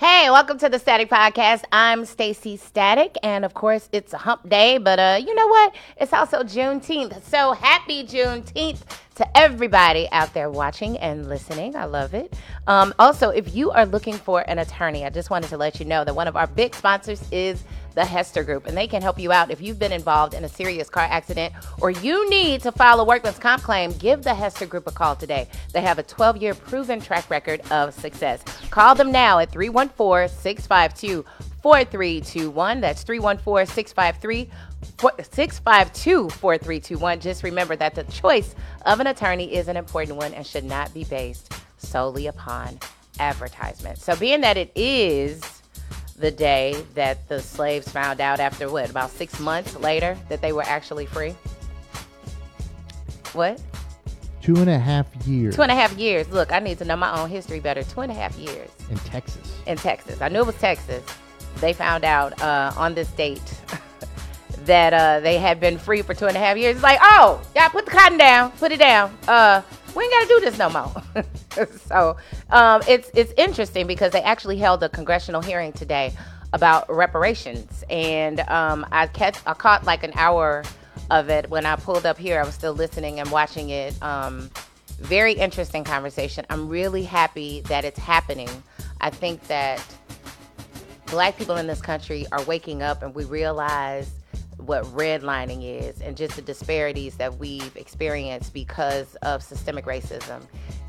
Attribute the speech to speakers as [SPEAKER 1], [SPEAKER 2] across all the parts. [SPEAKER 1] right, welcome to the Static Podcast. I'm Stacy Static, and of course, it's a hump day, but uh, you know what? It's also Juneteenth. So happy Juneteenth to everybody out there watching and listening. I love it. Um, also, if you are looking for an attorney, I just wanted to let you know that one of our big sponsors is the Hester Group, and they can help you out if you've been involved in a serious car accident or you need to file a workman's comp claim. Give the Hester Group a call today. They have a 12 year proven track record of success. Call them now at 314 652 4321. That's 314 653 652 4321. Just remember that the choice of an attorney is an important one and should not be based solely upon advertisement. So, being that it is the day that the slaves found out after what about six months later that they were actually free what
[SPEAKER 2] Two and a half years
[SPEAKER 1] two and a half years look i need to know my own history better two and a half years
[SPEAKER 2] in Texas.
[SPEAKER 1] in texas i knew it was texas they found out uh, on this date that uh, they had been free for two and a half years it's like oh y'all put the cotton down put it down uh, we ain't gotta do this no more so um, it's it's interesting because they actually held a congressional hearing today about reparations, and um, I catch I caught like an hour of it when I pulled up here. I was still listening and watching it. Um, very interesting conversation. I'm really happy that it's happening. I think that black people in this country are waking up and we realize what redlining is and just the disparities that we've experienced because of systemic racism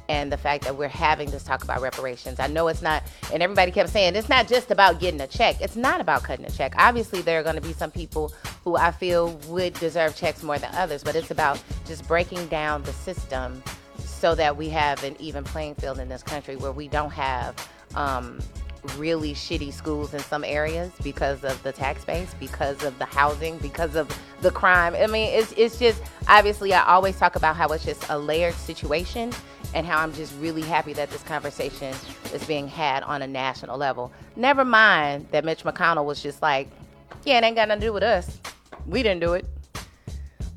[SPEAKER 1] and the fact that we're having this talk about reparations. I know it's not, and everybody kept saying it's not just about getting a check. It's not about cutting a check. Obviously, there are going to be some people who I feel would deserve checks more than others, but it's about just breaking down the system so that we have an even playing field in this country where we don't have um, really shitty schools in some areas because of the tax base, because of the housing, because of the crime. I mean, it's, it's just obviously, I always talk about how it's just a layered situation and how I'm just really happy that this conversation is being had on a national level. Never mind that Mitch McConnell was just like, yeah, it ain't got nothing to do with us. We didn't do it.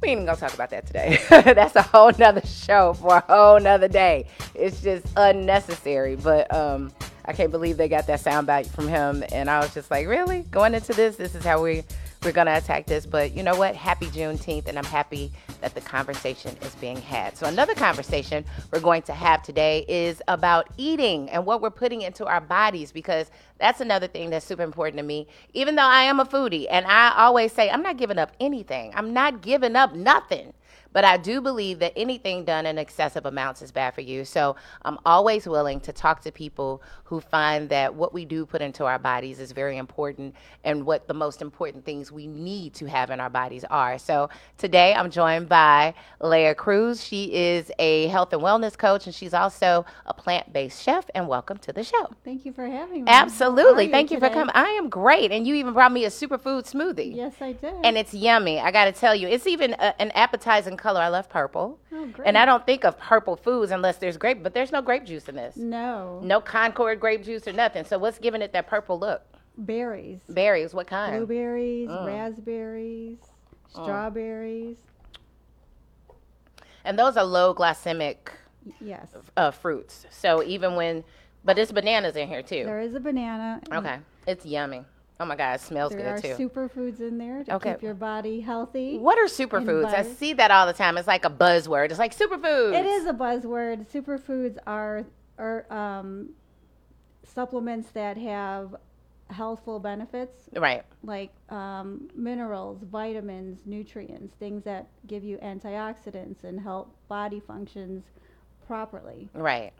[SPEAKER 1] We ain't even gonna talk about that today. That's a whole nother show for a whole nother day. It's just unnecessary. But um, I can't believe they got that soundbite from him. And I was just like, really? Going into this, this is how we we're gonna attack this. But you know what? Happy Juneteenth, and I'm happy that the conversation is being had. So another conversation we're going to have today is about eating and what we're putting into our bodies because that's another thing that's super important to me. Even though I am a foodie, and I always say I'm not giving up anything. I'm not giving up nothing. But I do believe that anything done in excessive amounts is bad for you. So I'm always willing to talk to people who find that what we do put into our bodies is very important and what the most important things we need to have in our bodies are. So today I'm joined by Leah Cruz. She is a health and wellness coach and she's also a plant based chef. And welcome to the show.
[SPEAKER 3] Thank you for having me. Mm-hmm. How are
[SPEAKER 1] Absolutely. Thank you for
[SPEAKER 3] today?
[SPEAKER 1] coming. I am great. And you even brought me a superfood smoothie.
[SPEAKER 3] Yes, I did.
[SPEAKER 1] And it's yummy. I got to tell you, it's even a, an appetizing color. I love purple.
[SPEAKER 3] oh, great.
[SPEAKER 1] And I don't think of purple foods unless there's grape, but there's no grape juice in this.
[SPEAKER 3] no,
[SPEAKER 1] No Concord grape juice or nothing. So what's giving it that purple look?
[SPEAKER 3] berries,
[SPEAKER 1] Berries, Mm. what kind?
[SPEAKER 3] blueberries, raspberries,
[SPEAKER 1] Mm.
[SPEAKER 3] strawberries.
[SPEAKER 1] And those are low glycemic
[SPEAKER 3] Y- Yes,
[SPEAKER 1] uh, fruits. So even when, but there's bananas in here too.
[SPEAKER 3] there is a banana. and
[SPEAKER 1] Okay. It's yummy. Oh my God, it smells
[SPEAKER 3] There
[SPEAKER 1] good
[SPEAKER 3] are
[SPEAKER 1] too.
[SPEAKER 3] superfoods in there to
[SPEAKER 1] Okay.
[SPEAKER 3] keep your body healthy.
[SPEAKER 1] what are superfoods? I
[SPEAKER 3] butter.
[SPEAKER 1] see that all the time. It's like a buzzword. It's like superfoods.
[SPEAKER 3] It is a buzzword. Superfoods are are um, supplements that have healthful benefits
[SPEAKER 1] Right.
[SPEAKER 3] like um, minerals, vitamins, nutrients, things that give you antioxidants and help body functions properly.
[SPEAKER 1] Right.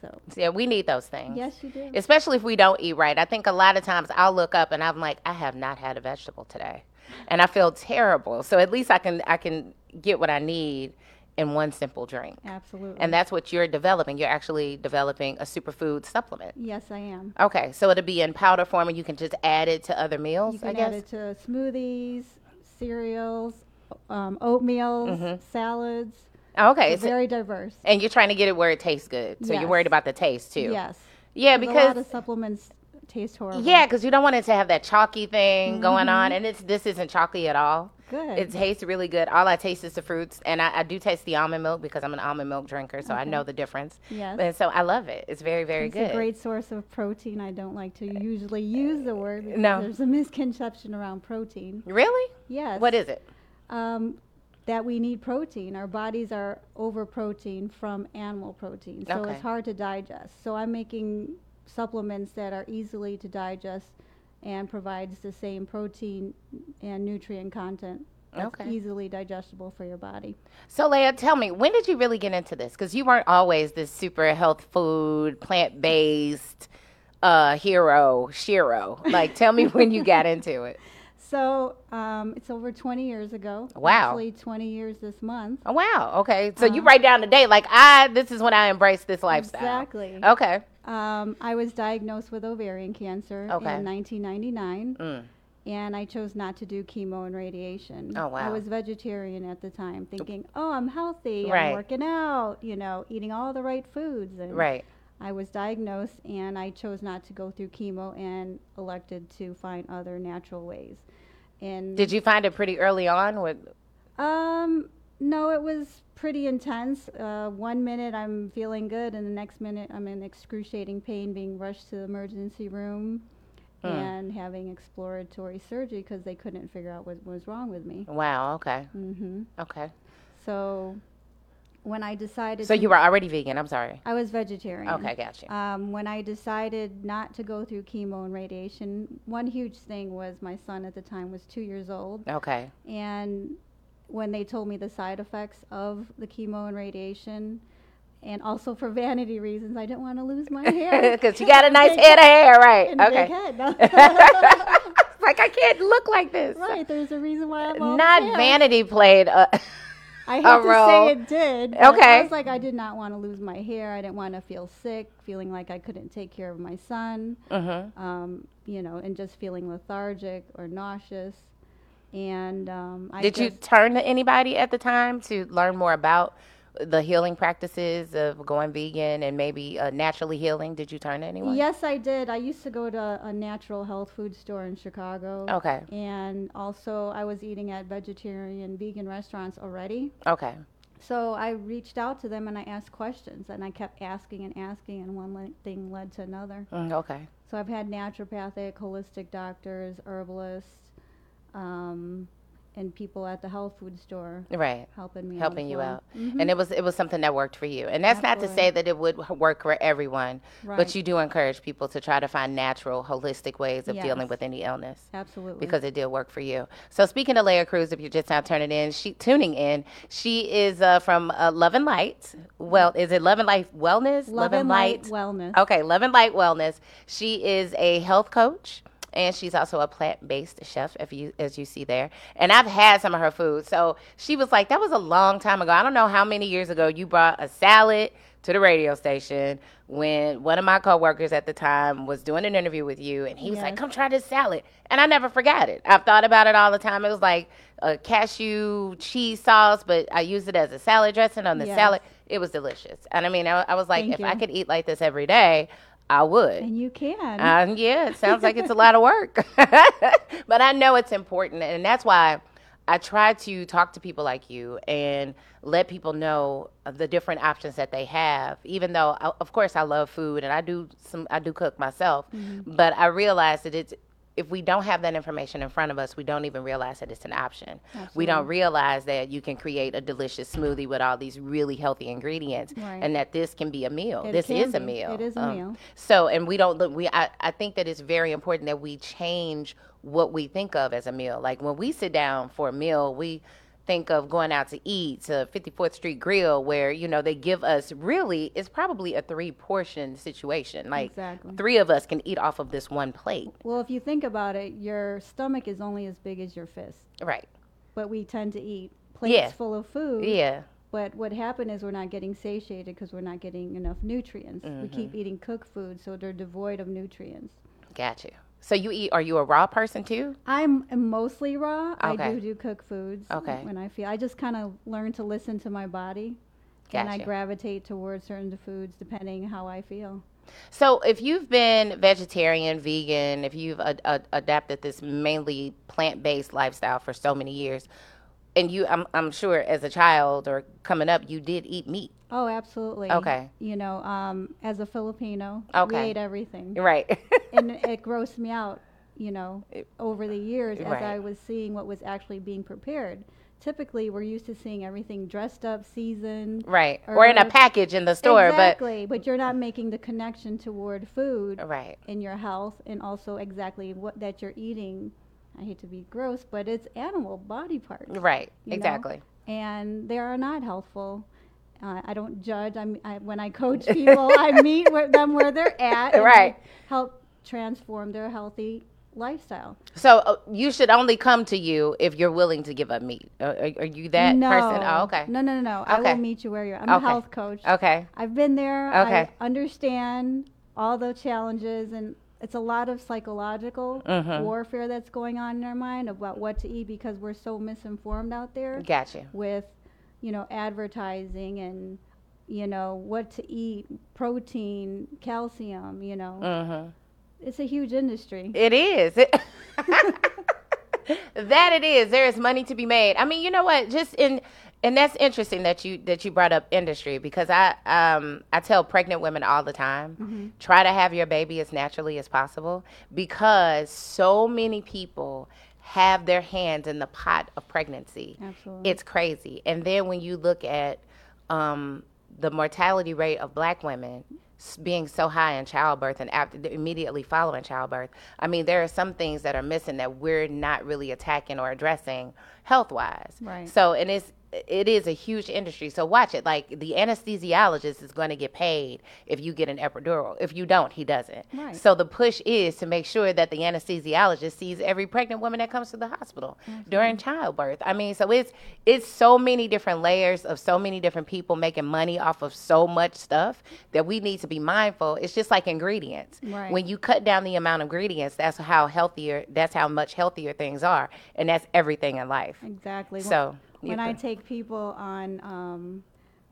[SPEAKER 3] So,
[SPEAKER 1] Yeah, we need those things.
[SPEAKER 3] yes, you do.
[SPEAKER 1] Especially if we don't eat right. I think a lot of times I'll look up and I'm like, I have not had a vegetable today. And I feel terrible. So at least I can I can get what I need in one simple drink.
[SPEAKER 3] Absolutely.
[SPEAKER 1] And that's what you're developing. You're actually developing a superfood supplement.
[SPEAKER 3] yes, I am.
[SPEAKER 1] Okay. So it'll be in powder form and you can just add it to other meals,
[SPEAKER 3] You can
[SPEAKER 1] I guess.
[SPEAKER 3] add it to smoothies, cereals, um, oatmeals,
[SPEAKER 1] Mm-hmm.
[SPEAKER 3] salads.
[SPEAKER 1] okay.
[SPEAKER 3] It's
[SPEAKER 1] so-
[SPEAKER 3] very diverse.
[SPEAKER 1] and you're trying to get it where it tastes good. So you're
[SPEAKER 3] Yes.
[SPEAKER 1] worried about the taste too.
[SPEAKER 3] Yes.
[SPEAKER 1] Yeah,
[SPEAKER 3] a
[SPEAKER 1] because
[SPEAKER 3] lot of supplements taste horrible. Mm-hmm.
[SPEAKER 1] Yeah, because you don't want it to have that chalky thing going on, and it's this isn't chalky at all.
[SPEAKER 3] Good.
[SPEAKER 1] It tastes really good. All I taste is the fruits, and I, I do taste the almond milk because I'm an almond milk drinker, so I know the difference.
[SPEAKER 3] Yes.
[SPEAKER 1] And so I love it. It's very, very
[SPEAKER 3] It's
[SPEAKER 1] good. Uh,
[SPEAKER 3] a great source of protein. I don't like to usually use the word because
[SPEAKER 1] No.
[SPEAKER 3] there's a misconception around protein.
[SPEAKER 1] really?
[SPEAKER 3] Yes.
[SPEAKER 1] What is it?
[SPEAKER 3] Um, that we need protein. Our bodies are over protein from animal protein, so
[SPEAKER 1] Okay.
[SPEAKER 3] it's hard to digest. So I'm making supplements that are easily to digest and provides the same protein and nutrient content that's
[SPEAKER 1] Okay.
[SPEAKER 3] easily digestible for your body.
[SPEAKER 1] So, Leah, tell me, when did you really get into this? Because you weren't always this super health food, plant based uh, hero, shiro. Like, tell me when you got into it.
[SPEAKER 3] So um, it's over 20 years ago.
[SPEAKER 1] Wow.
[SPEAKER 3] Actually, 20 years this month.
[SPEAKER 1] Oh, wow. Okay. So
[SPEAKER 3] Um,
[SPEAKER 1] you write down the date, like, I, this is when I embraced this lifestyle.
[SPEAKER 3] Exactly.
[SPEAKER 1] Okay.
[SPEAKER 3] Um, I was diagnosed with ovarian cancer
[SPEAKER 1] Okay.
[SPEAKER 3] in 1999,
[SPEAKER 1] Mm.
[SPEAKER 3] and I chose not to do chemo and radiation.
[SPEAKER 1] Oh,
[SPEAKER 3] I
[SPEAKER 1] wow.
[SPEAKER 3] was vegetarian at the time, thinking, "Oh, I'm healthy.
[SPEAKER 1] Right.
[SPEAKER 3] I'm working out. You know, eating all the right foods." And
[SPEAKER 1] Right.
[SPEAKER 3] I was diagnosed, and I chose not to go through chemo and elected to find other natural ways. And
[SPEAKER 1] Did you find it pretty early on? With,
[SPEAKER 3] um, no, it was pretty intense. Uh, one minute I'm feeling good, and the next minute I'm in excruciating pain, being rushed to the emergency room, and having exploratory surgery because they couldn't figure out what was wrong with me.
[SPEAKER 1] wow. Okay.
[SPEAKER 3] hmm
[SPEAKER 1] Okay.
[SPEAKER 3] So, when I decided,
[SPEAKER 1] So
[SPEAKER 3] to-
[SPEAKER 1] you were already vegan. I'm sorry.
[SPEAKER 3] I was vegetarian.
[SPEAKER 1] Okay. Gotcha.
[SPEAKER 3] Um, when I decided not to go through chemo and radiation, one huge thing was my son at the time was two years old,
[SPEAKER 1] Okay.
[SPEAKER 3] and when they told me the side effects of the chemo and radiation and also for vanity reasons i didn't want to lose my hair
[SPEAKER 1] Because you got a nice
[SPEAKER 3] Big-
[SPEAKER 1] head of hair. Right.
[SPEAKER 3] and a big
[SPEAKER 1] Okay.
[SPEAKER 3] head.
[SPEAKER 1] like, I can't look like this.
[SPEAKER 3] right there's a reason why i'm all
[SPEAKER 1] Not
[SPEAKER 3] pale.
[SPEAKER 1] vanity played. Uh,
[SPEAKER 3] i hate
[SPEAKER 1] a
[SPEAKER 3] to
[SPEAKER 1] role.
[SPEAKER 3] say it did but
[SPEAKER 1] Okay.
[SPEAKER 3] i was like i did not want to lose my hair i didn't want to feel sick feeling like i couldn't take care of my son
[SPEAKER 1] mhm.
[SPEAKER 3] um, you know and just feeling lethargic or nauseous and um, I
[SPEAKER 1] Did you
[SPEAKER 3] just-
[SPEAKER 1] turn to anybody at the time to learn more about the healing practices of going vegan and maybe uh, naturally healing? Did you turn to anyone?
[SPEAKER 3] Yes, I did. I used to go to a natural health food store in Chicago.
[SPEAKER 1] Okay.
[SPEAKER 3] And also, I was eating at vegetarian, vegan restaurants already.
[SPEAKER 1] Okay.
[SPEAKER 3] So I reached out to them and I asked questions, and I kept asking and asking, and one le- thing led to another.
[SPEAKER 1] Mm, okay.
[SPEAKER 3] So I've had naturopathic, holistic doctors, herbalists, um, and people at the health food store
[SPEAKER 1] Right.
[SPEAKER 3] helping me. out
[SPEAKER 1] Helping
[SPEAKER 3] as
[SPEAKER 1] you
[SPEAKER 3] well.
[SPEAKER 1] out,
[SPEAKER 3] Mhm.
[SPEAKER 1] and it was it was something that worked for you, and that's not to
[SPEAKER 3] Absolutely.
[SPEAKER 1] say that it would work for everyone, but
[SPEAKER 3] Right.
[SPEAKER 1] you do encourage people to try to find natural, holistic ways of dealing
[SPEAKER 3] Yes.
[SPEAKER 1] with any illness.
[SPEAKER 3] Absolutely.
[SPEAKER 1] because it did work for you. So speaking of Leia Cruz, if you're just now turning in, she tuning in, she is uh, from uh, Love and Light. Well, is it Love and Life Wellness?
[SPEAKER 3] Love, and light, wellness.
[SPEAKER 1] Okay, Love and Light Wellness. She is a health coach. And she's also a plant-based chef, if you as you see there. And I've had some of her food, so she was like, "That was a long time ago. I don't know how many years ago you brought a salad to the radio station when one of my coworkers at the time was doing an interview with you, and he was like,
[SPEAKER 3] Yes.
[SPEAKER 1] "Come try this salad," and I never forgot it. I've thought about it all the time. It was like a cashew cheese sauce, but I used it as a salad dressing on the
[SPEAKER 3] Yes.
[SPEAKER 1] salad. It was delicious, and I mean, I, I was like,
[SPEAKER 3] Thank
[SPEAKER 1] if I
[SPEAKER 3] you.
[SPEAKER 1] could eat like this every day, I would.
[SPEAKER 3] And you can.
[SPEAKER 1] Um, yeah, it sounds like it's a lot of work, but I know it's important, and that's why I try to talk to people like you and let people know of the different options that they have. Even though, I, of course, I love food and I do some, I do cook myself,
[SPEAKER 3] Mm-hmm.
[SPEAKER 1] but I realize that it's if we don't have that information in front of us, we don't even realize that it's an option. We don't realize that you can create a delicious smoothie with all these really healthy ingredients,
[SPEAKER 3] Right.
[SPEAKER 1] and that this can be a meal.
[SPEAKER 3] It
[SPEAKER 1] this
[SPEAKER 3] can
[SPEAKER 1] is a
[SPEAKER 3] be.
[SPEAKER 1] meal. Um,
[SPEAKER 3] It is a meal.
[SPEAKER 1] So, and we don't look, we, I, I think that it's very important that we change what we think of as a meal. Like when we sit down for a meal, we think of going out to eat to 54th Street Grill, where, you know, they give us really, it's probably a three portion situation. Like
[SPEAKER 3] Exactly.
[SPEAKER 1] three of us can eat off of this one plate.
[SPEAKER 3] Well, if you think about it, your stomach is only as big as your fist,
[SPEAKER 1] Right.
[SPEAKER 3] but we tend to eat plates
[SPEAKER 1] Yeah.
[SPEAKER 3] full of food.
[SPEAKER 1] Yeah.
[SPEAKER 3] But what happened is we're not getting satiated because we're not getting enough nutrients. We
[SPEAKER 1] Mm-hmm.
[SPEAKER 3] keep eating cooked food, so they're devoid of nutrients.
[SPEAKER 1] Got you. So you eat, are you a raw person too?
[SPEAKER 3] I'm mostly raw. I
[SPEAKER 1] Okay.
[SPEAKER 3] do do cook foods
[SPEAKER 1] Okay.
[SPEAKER 3] when I feel. I just kind of learn to listen to my body, and I
[SPEAKER 1] Gotcha.
[SPEAKER 3] gravitate towards certain foods depending how I feel.
[SPEAKER 1] So, if you've been vegetarian, vegan, if you've ad- ad- adapted this mainly plant-based lifestyle for so many years, and you, I'm, I'm sure as a child or coming up, you did eat meat,
[SPEAKER 3] Oh, absolutely.
[SPEAKER 1] Okay.
[SPEAKER 3] You know, um, as a Filipino, we
[SPEAKER 1] Okay.
[SPEAKER 3] ate everything.
[SPEAKER 1] right?
[SPEAKER 3] and it grossed me out, you know, over the years as
[SPEAKER 1] Right.
[SPEAKER 3] I was seeing what was actually being prepared. Typically, we're used to seeing everything dressed up, seasoned.
[SPEAKER 1] right, or in a
[SPEAKER 3] Herbs.
[SPEAKER 1] package in the store,
[SPEAKER 3] exactly, but you're not making the connection toward food
[SPEAKER 1] but right,
[SPEAKER 3] in your health and also exactly what that you're eating. I hate to be gross, but it's animal body parts
[SPEAKER 1] right,
[SPEAKER 3] you know?
[SPEAKER 1] exactly.
[SPEAKER 3] and they are not helpful. Uh, I don't judge. I'm, I, when I coach people, I meet with them where they're at. and
[SPEAKER 1] Right.
[SPEAKER 3] I Help transform their healthy lifestyle.
[SPEAKER 1] So uh, you should only come to you if you're willing to give up meat. Uh, are, are you that
[SPEAKER 3] no.
[SPEAKER 1] person? Oh, okay,
[SPEAKER 3] No, no, no, no. I
[SPEAKER 1] Okay.
[SPEAKER 3] will meet you where you're. I'm
[SPEAKER 1] Okay.
[SPEAKER 3] a health coach.
[SPEAKER 1] okay,
[SPEAKER 3] I've been there.
[SPEAKER 1] Okay.
[SPEAKER 3] I understand all the challenges and it's a lot of psychological
[SPEAKER 1] Mhm.
[SPEAKER 3] warfare that's going on in our mind about what to eat because we're so misinformed out there.
[SPEAKER 1] gotcha.
[SPEAKER 3] with you know advertising and you know what to eat protein calcium you know
[SPEAKER 1] Mm-hmm.
[SPEAKER 3] it's a huge industry
[SPEAKER 1] It is. It- that it is. There is money to be made. I mean, you know what? Just in and that's interesting that you that you brought up industry because I um I tell pregnant women all the time, try to have your baby as naturally as possible because so many people have their hands in the pot of pregnancy.
[SPEAKER 3] absolutely
[SPEAKER 1] It's crazy. And then when you look at um, the mortality rate of black women s- being so high in childbirth and after, immediately following childbirth, I mean, there are some things that are missing that we're not really attacking or addressing health wise.
[SPEAKER 3] Right.
[SPEAKER 1] So, and it's, it is a huge industry. So watch it. Like the anesthesiologist is going to get paid if you get an epidural. If you don't, he doesn't.
[SPEAKER 3] Right.
[SPEAKER 1] So the push is to make sure that the anesthesiologist sees every pregnant woman that comes to the hospital during childbirth. I mean, so it's it's so many different layers of so many different people making money off of so much stuff that we need to be mindful. It's just like ingredients.
[SPEAKER 3] Right.
[SPEAKER 1] When you cut down the amount of ingredients, that's how healthier that's how much healthier things are. And that's everything in life.
[SPEAKER 3] exactly When-
[SPEAKER 1] So
[SPEAKER 3] when, i take people on um,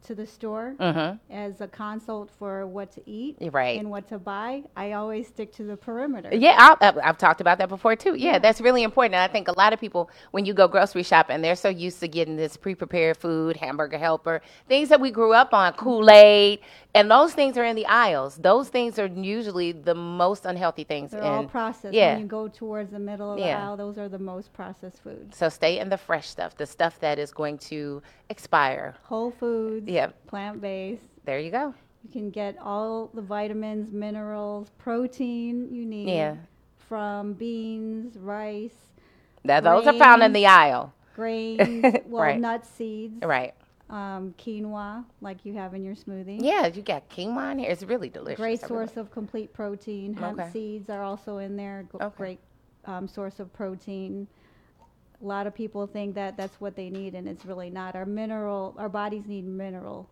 [SPEAKER 3] to the store
[SPEAKER 1] Mhm.
[SPEAKER 3] as a consult for what to eat
[SPEAKER 1] You're right.
[SPEAKER 3] and what to buy i always stick to the perimeter
[SPEAKER 1] Yeah, I'll, I've, I've talked about that before too. Yeah, that's really important. And I think a lot of people, when you go grocery shopping, they're so used to getting this pre-prepared food, hamburger helper, things that we grew up on, Kool Aid, and those things are in the aisles. Those things are usually the most unhealthy things.
[SPEAKER 3] they're
[SPEAKER 1] in,
[SPEAKER 3] all processed
[SPEAKER 1] yeah.
[SPEAKER 3] when you go towards the middle of the
[SPEAKER 1] Yeah.
[SPEAKER 3] aisle those are the most processed foods
[SPEAKER 1] so stay in the fresh stuff, the stuff that is going to expire.
[SPEAKER 3] whole foods
[SPEAKER 1] Yep.
[SPEAKER 3] plant-based
[SPEAKER 1] There you go.
[SPEAKER 3] You can get all the vitamins, minerals, protein you need
[SPEAKER 1] Yeah.
[SPEAKER 3] from beans, rice,
[SPEAKER 1] That those are found in the aisle,
[SPEAKER 3] grains, well,
[SPEAKER 1] Right.
[SPEAKER 3] nuts, seeds,
[SPEAKER 1] right?
[SPEAKER 3] um, quinoa, like you have in your smoothie.
[SPEAKER 1] Yeah, you got quinoa in here. It's really delicious.
[SPEAKER 3] Great
[SPEAKER 1] I really-
[SPEAKER 3] source of complete protein. Hemp
[SPEAKER 1] Okay.
[SPEAKER 3] seeds are also in there. G-
[SPEAKER 1] Okay.
[SPEAKER 3] Great um, source of protein. A lot of people think that that's what they need, and it's really not. Our mineral, our bodies need mineral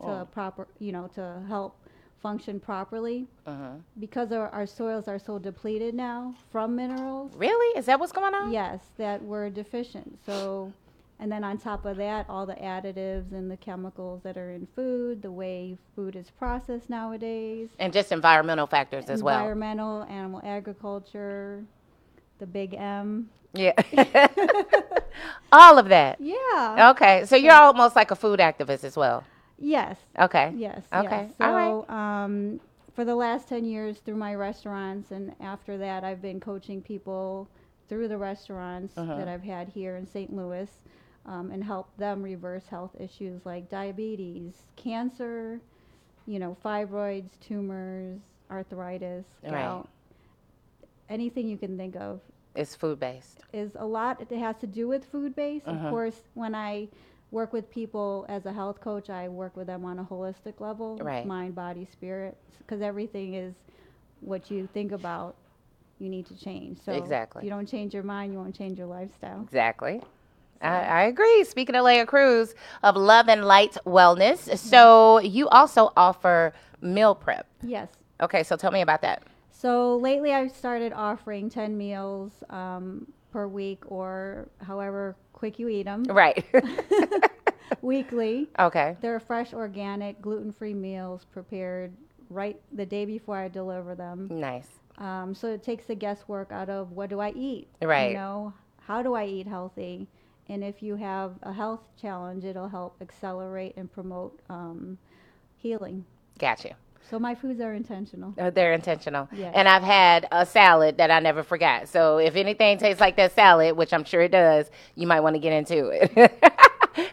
[SPEAKER 3] to
[SPEAKER 1] Oh.
[SPEAKER 3] proper, you know, to help function properly.
[SPEAKER 1] Mhm.
[SPEAKER 3] Because our, our soils are so depleted now from minerals,
[SPEAKER 1] Really? Is that what's going on?
[SPEAKER 3] yes, that we're deficient. So, and then on top of that, all the additives and the chemicals that are in food, the way food is processed nowadays,
[SPEAKER 1] And just environmental factors as well.
[SPEAKER 3] environmental, animal agriculture, the big M.
[SPEAKER 1] Yeah. all of that.
[SPEAKER 3] Yeah.
[SPEAKER 1] Okay. So you're almost like a food activist as well.
[SPEAKER 3] Yes.
[SPEAKER 1] Okay.
[SPEAKER 3] Yes.
[SPEAKER 1] Okay.
[SPEAKER 3] Yes.
[SPEAKER 1] All right.
[SPEAKER 3] So, um, for the last 10 years through my restaurants, and after that, I've been coaching people through the restaurants
[SPEAKER 1] Uh-huh.
[SPEAKER 3] that I've had here in St. Louis um, and help them reverse health issues like diabetes, cancer, you know, fibroids, tumors, arthritis,
[SPEAKER 1] Right.
[SPEAKER 3] gout. Anything you can think of
[SPEAKER 1] It's food based.
[SPEAKER 3] is a lot that has to do with food based.
[SPEAKER 1] Uh-huh.
[SPEAKER 3] Of course, when I work with people as a health coach, I work with them on a holistic level
[SPEAKER 1] Right.
[SPEAKER 3] mind, body, spirit because everything is what you think about, you need to change. So,
[SPEAKER 1] Exactly.
[SPEAKER 3] if you don't change your mind, you won't change your lifestyle.
[SPEAKER 1] Exactly. I, I agree. Speaking of Leia Cruz of Love and Light Wellness, so you also offer meal prep.
[SPEAKER 3] Yes.
[SPEAKER 1] Okay, so tell me about that.
[SPEAKER 3] So, lately I've started offering 10 meals um, per week or however quick you eat them
[SPEAKER 1] Right.
[SPEAKER 3] weekly.
[SPEAKER 1] okay.
[SPEAKER 3] They're fresh, organic, gluten free meals prepared right the day before I deliver them.
[SPEAKER 1] Nice.
[SPEAKER 3] Um, so it takes the guesswork out of what do I eat?
[SPEAKER 1] Right.
[SPEAKER 3] You know, how do I eat healthy? And if you have a health challenge, it'll help accelerate and promote um, healing.
[SPEAKER 1] Got you.
[SPEAKER 3] So my foods are intentional.
[SPEAKER 1] Uh, They're intentional.
[SPEAKER 3] Yes.
[SPEAKER 1] And I've had a salad that I never forgot. So if anything tastes like that salad, which I'm sure it does, you might want to get into it.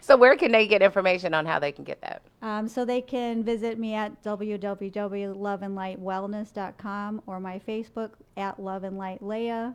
[SPEAKER 1] so where can they get information on how they can get that?
[SPEAKER 3] Um, so they can visit me at www.loveandlightwellness.com or my Facebook at Love and Light Leia.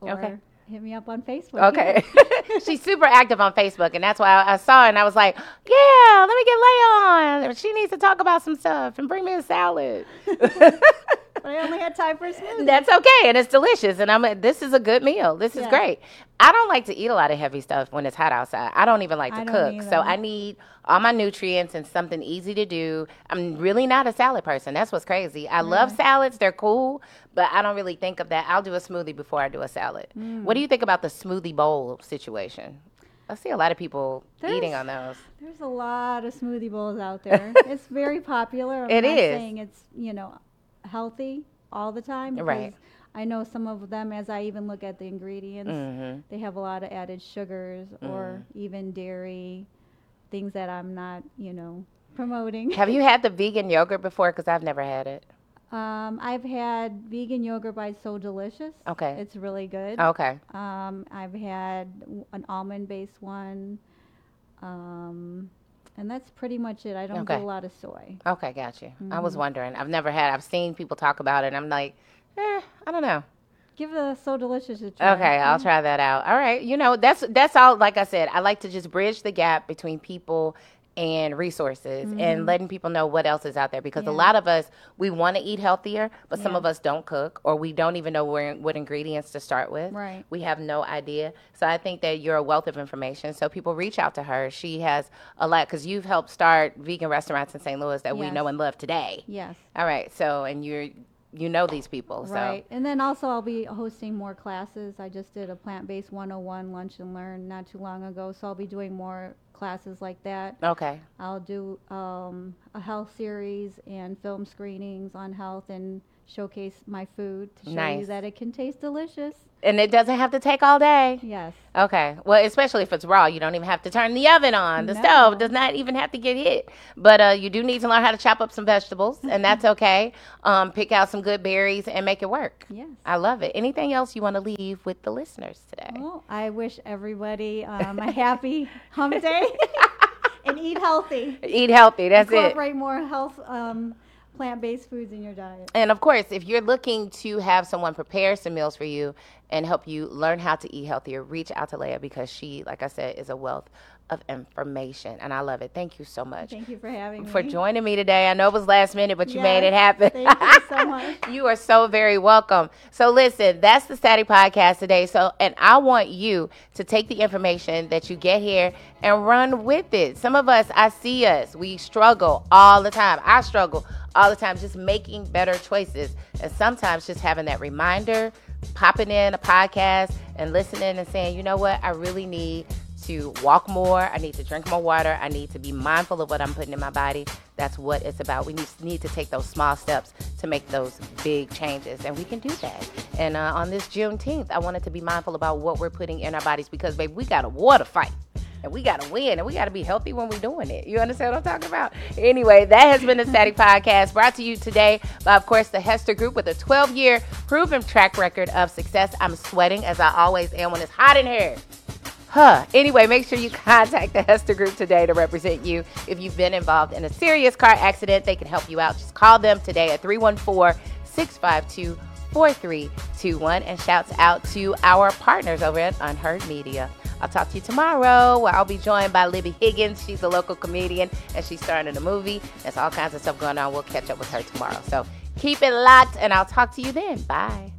[SPEAKER 3] Or
[SPEAKER 1] Okay.
[SPEAKER 3] hit me up on Facebook.
[SPEAKER 1] Okay. She's super active on Facebook, and that's why I, I saw her and I was like, yeah, let me get Leia on. She needs to talk about some stuff and bring me a salad.
[SPEAKER 3] But I only had time for smoothie.
[SPEAKER 1] That's okay, and it's delicious. And I'm a, this is a good meal. This is
[SPEAKER 3] Yeah.
[SPEAKER 1] great. I don't like to eat a lot of heavy stuff when it's hot outside. I don't even like to
[SPEAKER 3] I
[SPEAKER 1] cook,
[SPEAKER 3] don't
[SPEAKER 1] so
[SPEAKER 3] either.
[SPEAKER 1] I need all my nutrients and something easy to do. I'm really not a salad person. That's what's crazy. I love salads; they're cool, but I don't really think of that. I'll do a smoothie before I do a salad.
[SPEAKER 3] Mm.
[SPEAKER 1] What do you think about the smoothie bowl situation? I see a lot of people eating
[SPEAKER 3] There's-
[SPEAKER 1] on those.
[SPEAKER 3] There's a lot of smoothie bowls out there. it's very popular. I'm
[SPEAKER 1] It
[SPEAKER 3] not
[SPEAKER 1] is.
[SPEAKER 3] saying it's, you know, healthy all the time.
[SPEAKER 1] Right.
[SPEAKER 3] because I know some of them, as I even look at the ingredients,
[SPEAKER 1] hmm
[SPEAKER 3] they have a lot of added sugars or even dairy, things that I'm not, you know, promoting.
[SPEAKER 1] Have you had the vegan yogurt before? Because I've never had it.
[SPEAKER 3] Um, I've had vegan yogurt by So Delicious.
[SPEAKER 1] Okay.
[SPEAKER 3] It's really good.
[SPEAKER 1] Okay.
[SPEAKER 3] Um, I've had w- an almond based one. Um, and that's pretty much it. I don't
[SPEAKER 1] Okay.
[SPEAKER 3] do a lot of soy.
[SPEAKER 1] Okay, got you. I
[SPEAKER 3] Mm-hmm.
[SPEAKER 1] was wondering. I've never had. I've seen people talk about it. and I'm like, eh, I don't know.
[SPEAKER 3] Give the So Delicious a try.
[SPEAKER 1] Okay, I'll try that out. All right, you know that's that's all. Like I said, I like to just bridge the gap between people and resources and letting people know what else is out there because a
[SPEAKER 3] Mm-hmm. Yeah.
[SPEAKER 1] lot of us we want to eat healthier but some
[SPEAKER 3] Yeah.
[SPEAKER 1] of us don't cook or we don't even know where what ingredients to start with
[SPEAKER 3] Right.
[SPEAKER 1] we have no idea so i think that you're a wealth of information so people reach out to her she has a lot because you've helped start vegan restaurants in st louis that we
[SPEAKER 3] Yes.
[SPEAKER 1] know and love today
[SPEAKER 3] Yes.
[SPEAKER 1] All right. So, and you're you know these people, so
[SPEAKER 3] Right. And then also, I'll be hosting more classes. I just did a plant based 101 lunch and learn not too long ago. So I'll be doing more classes like that.
[SPEAKER 1] okay,
[SPEAKER 3] I'll do um, a health series and film screenings on health and showcase my food to show
[SPEAKER 1] Nice.
[SPEAKER 3] you that it can taste delicious.
[SPEAKER 1] and it doesn't have to take all day.
[SPEAKER 3] Yes.
[SPEAKER 1] Okay. Well, especially if it's raw, you don't even have to turn the oven on. The
[SPEAKER 3] No.
[SPEAKER 1] stove does not even have to get hit. But uh, you do need to learn how to chop up some vegetables, and that's okay. Um, pick out some good berries and make it work.
[SPEAKER 3] Yes.
[SPEAKER 1] I love it. Anything else you want to leave with the listeners today?
[SPEAKER 3] Well, I wish everybody um, a happy hump day and eat healthy.
[SPEAKER 1] Eat healthy. That's it.
[SPEAKER 3] Incorporate more health um, plant based foods in your diet.
[SPEAKER 1] And of course, if you're looking to have someone prepare some meals for you and help you learn how to eat healthier, reach out to Leah because she, like I said, is a wealth of information. And I love it. Thank you so much
[SPEAKER 3] Thank you for having me.
[SPEAKER 1] for joining me today. I know it was last minute, but you made it
[SPEAKER 3] Yes,
[SPEAKER 1] happen.
[SPEAKER 3] Thank you so much.
[SPEAKER 1] You are so very welcome. So listen, that's the Static Podcast today. So and I want you to take the information that you get here and run with it. Some of us, I see us, we struggle all the time. I struggle all the time just making better choices. And sometimes just having that reminder, popping in a podcast and listening and saying, you know what, I really need to walk more. I need to drink more water. I need to be mindful of what I'm putting in my body. That's what it's about. We need, need to take those small steps to make those big changes, and we can do that. And uh, on this Juneteenth, I wanted to be mindful about what we're putting in our bodies because, babe, we got a war to fight. And we gotta win, and we gotta be healthy when we're doing it. You understand what I'm talking about? Anyway, that has been the Static Podcast, brought to you today by, of course, the Hester Group with a 12-year proven track record of success. I'm sweating as I always am when it's hot in here. Huh. Anyway, make sure you contact the Hester Group today to represent you. If you've been involved in a serious car accident, they can help you out. Just call them today at 314 652 4321. And shouts out to our partners over at Unheard Media. I'll talk to you tomorrow where I'll be joined by Libby Higgins. She's a local comedian and she's starring in a movie. There's all kinds of stuff going on. We'll catch up with her tomorrow. So keep it locked and I'll talk to you then. Bye.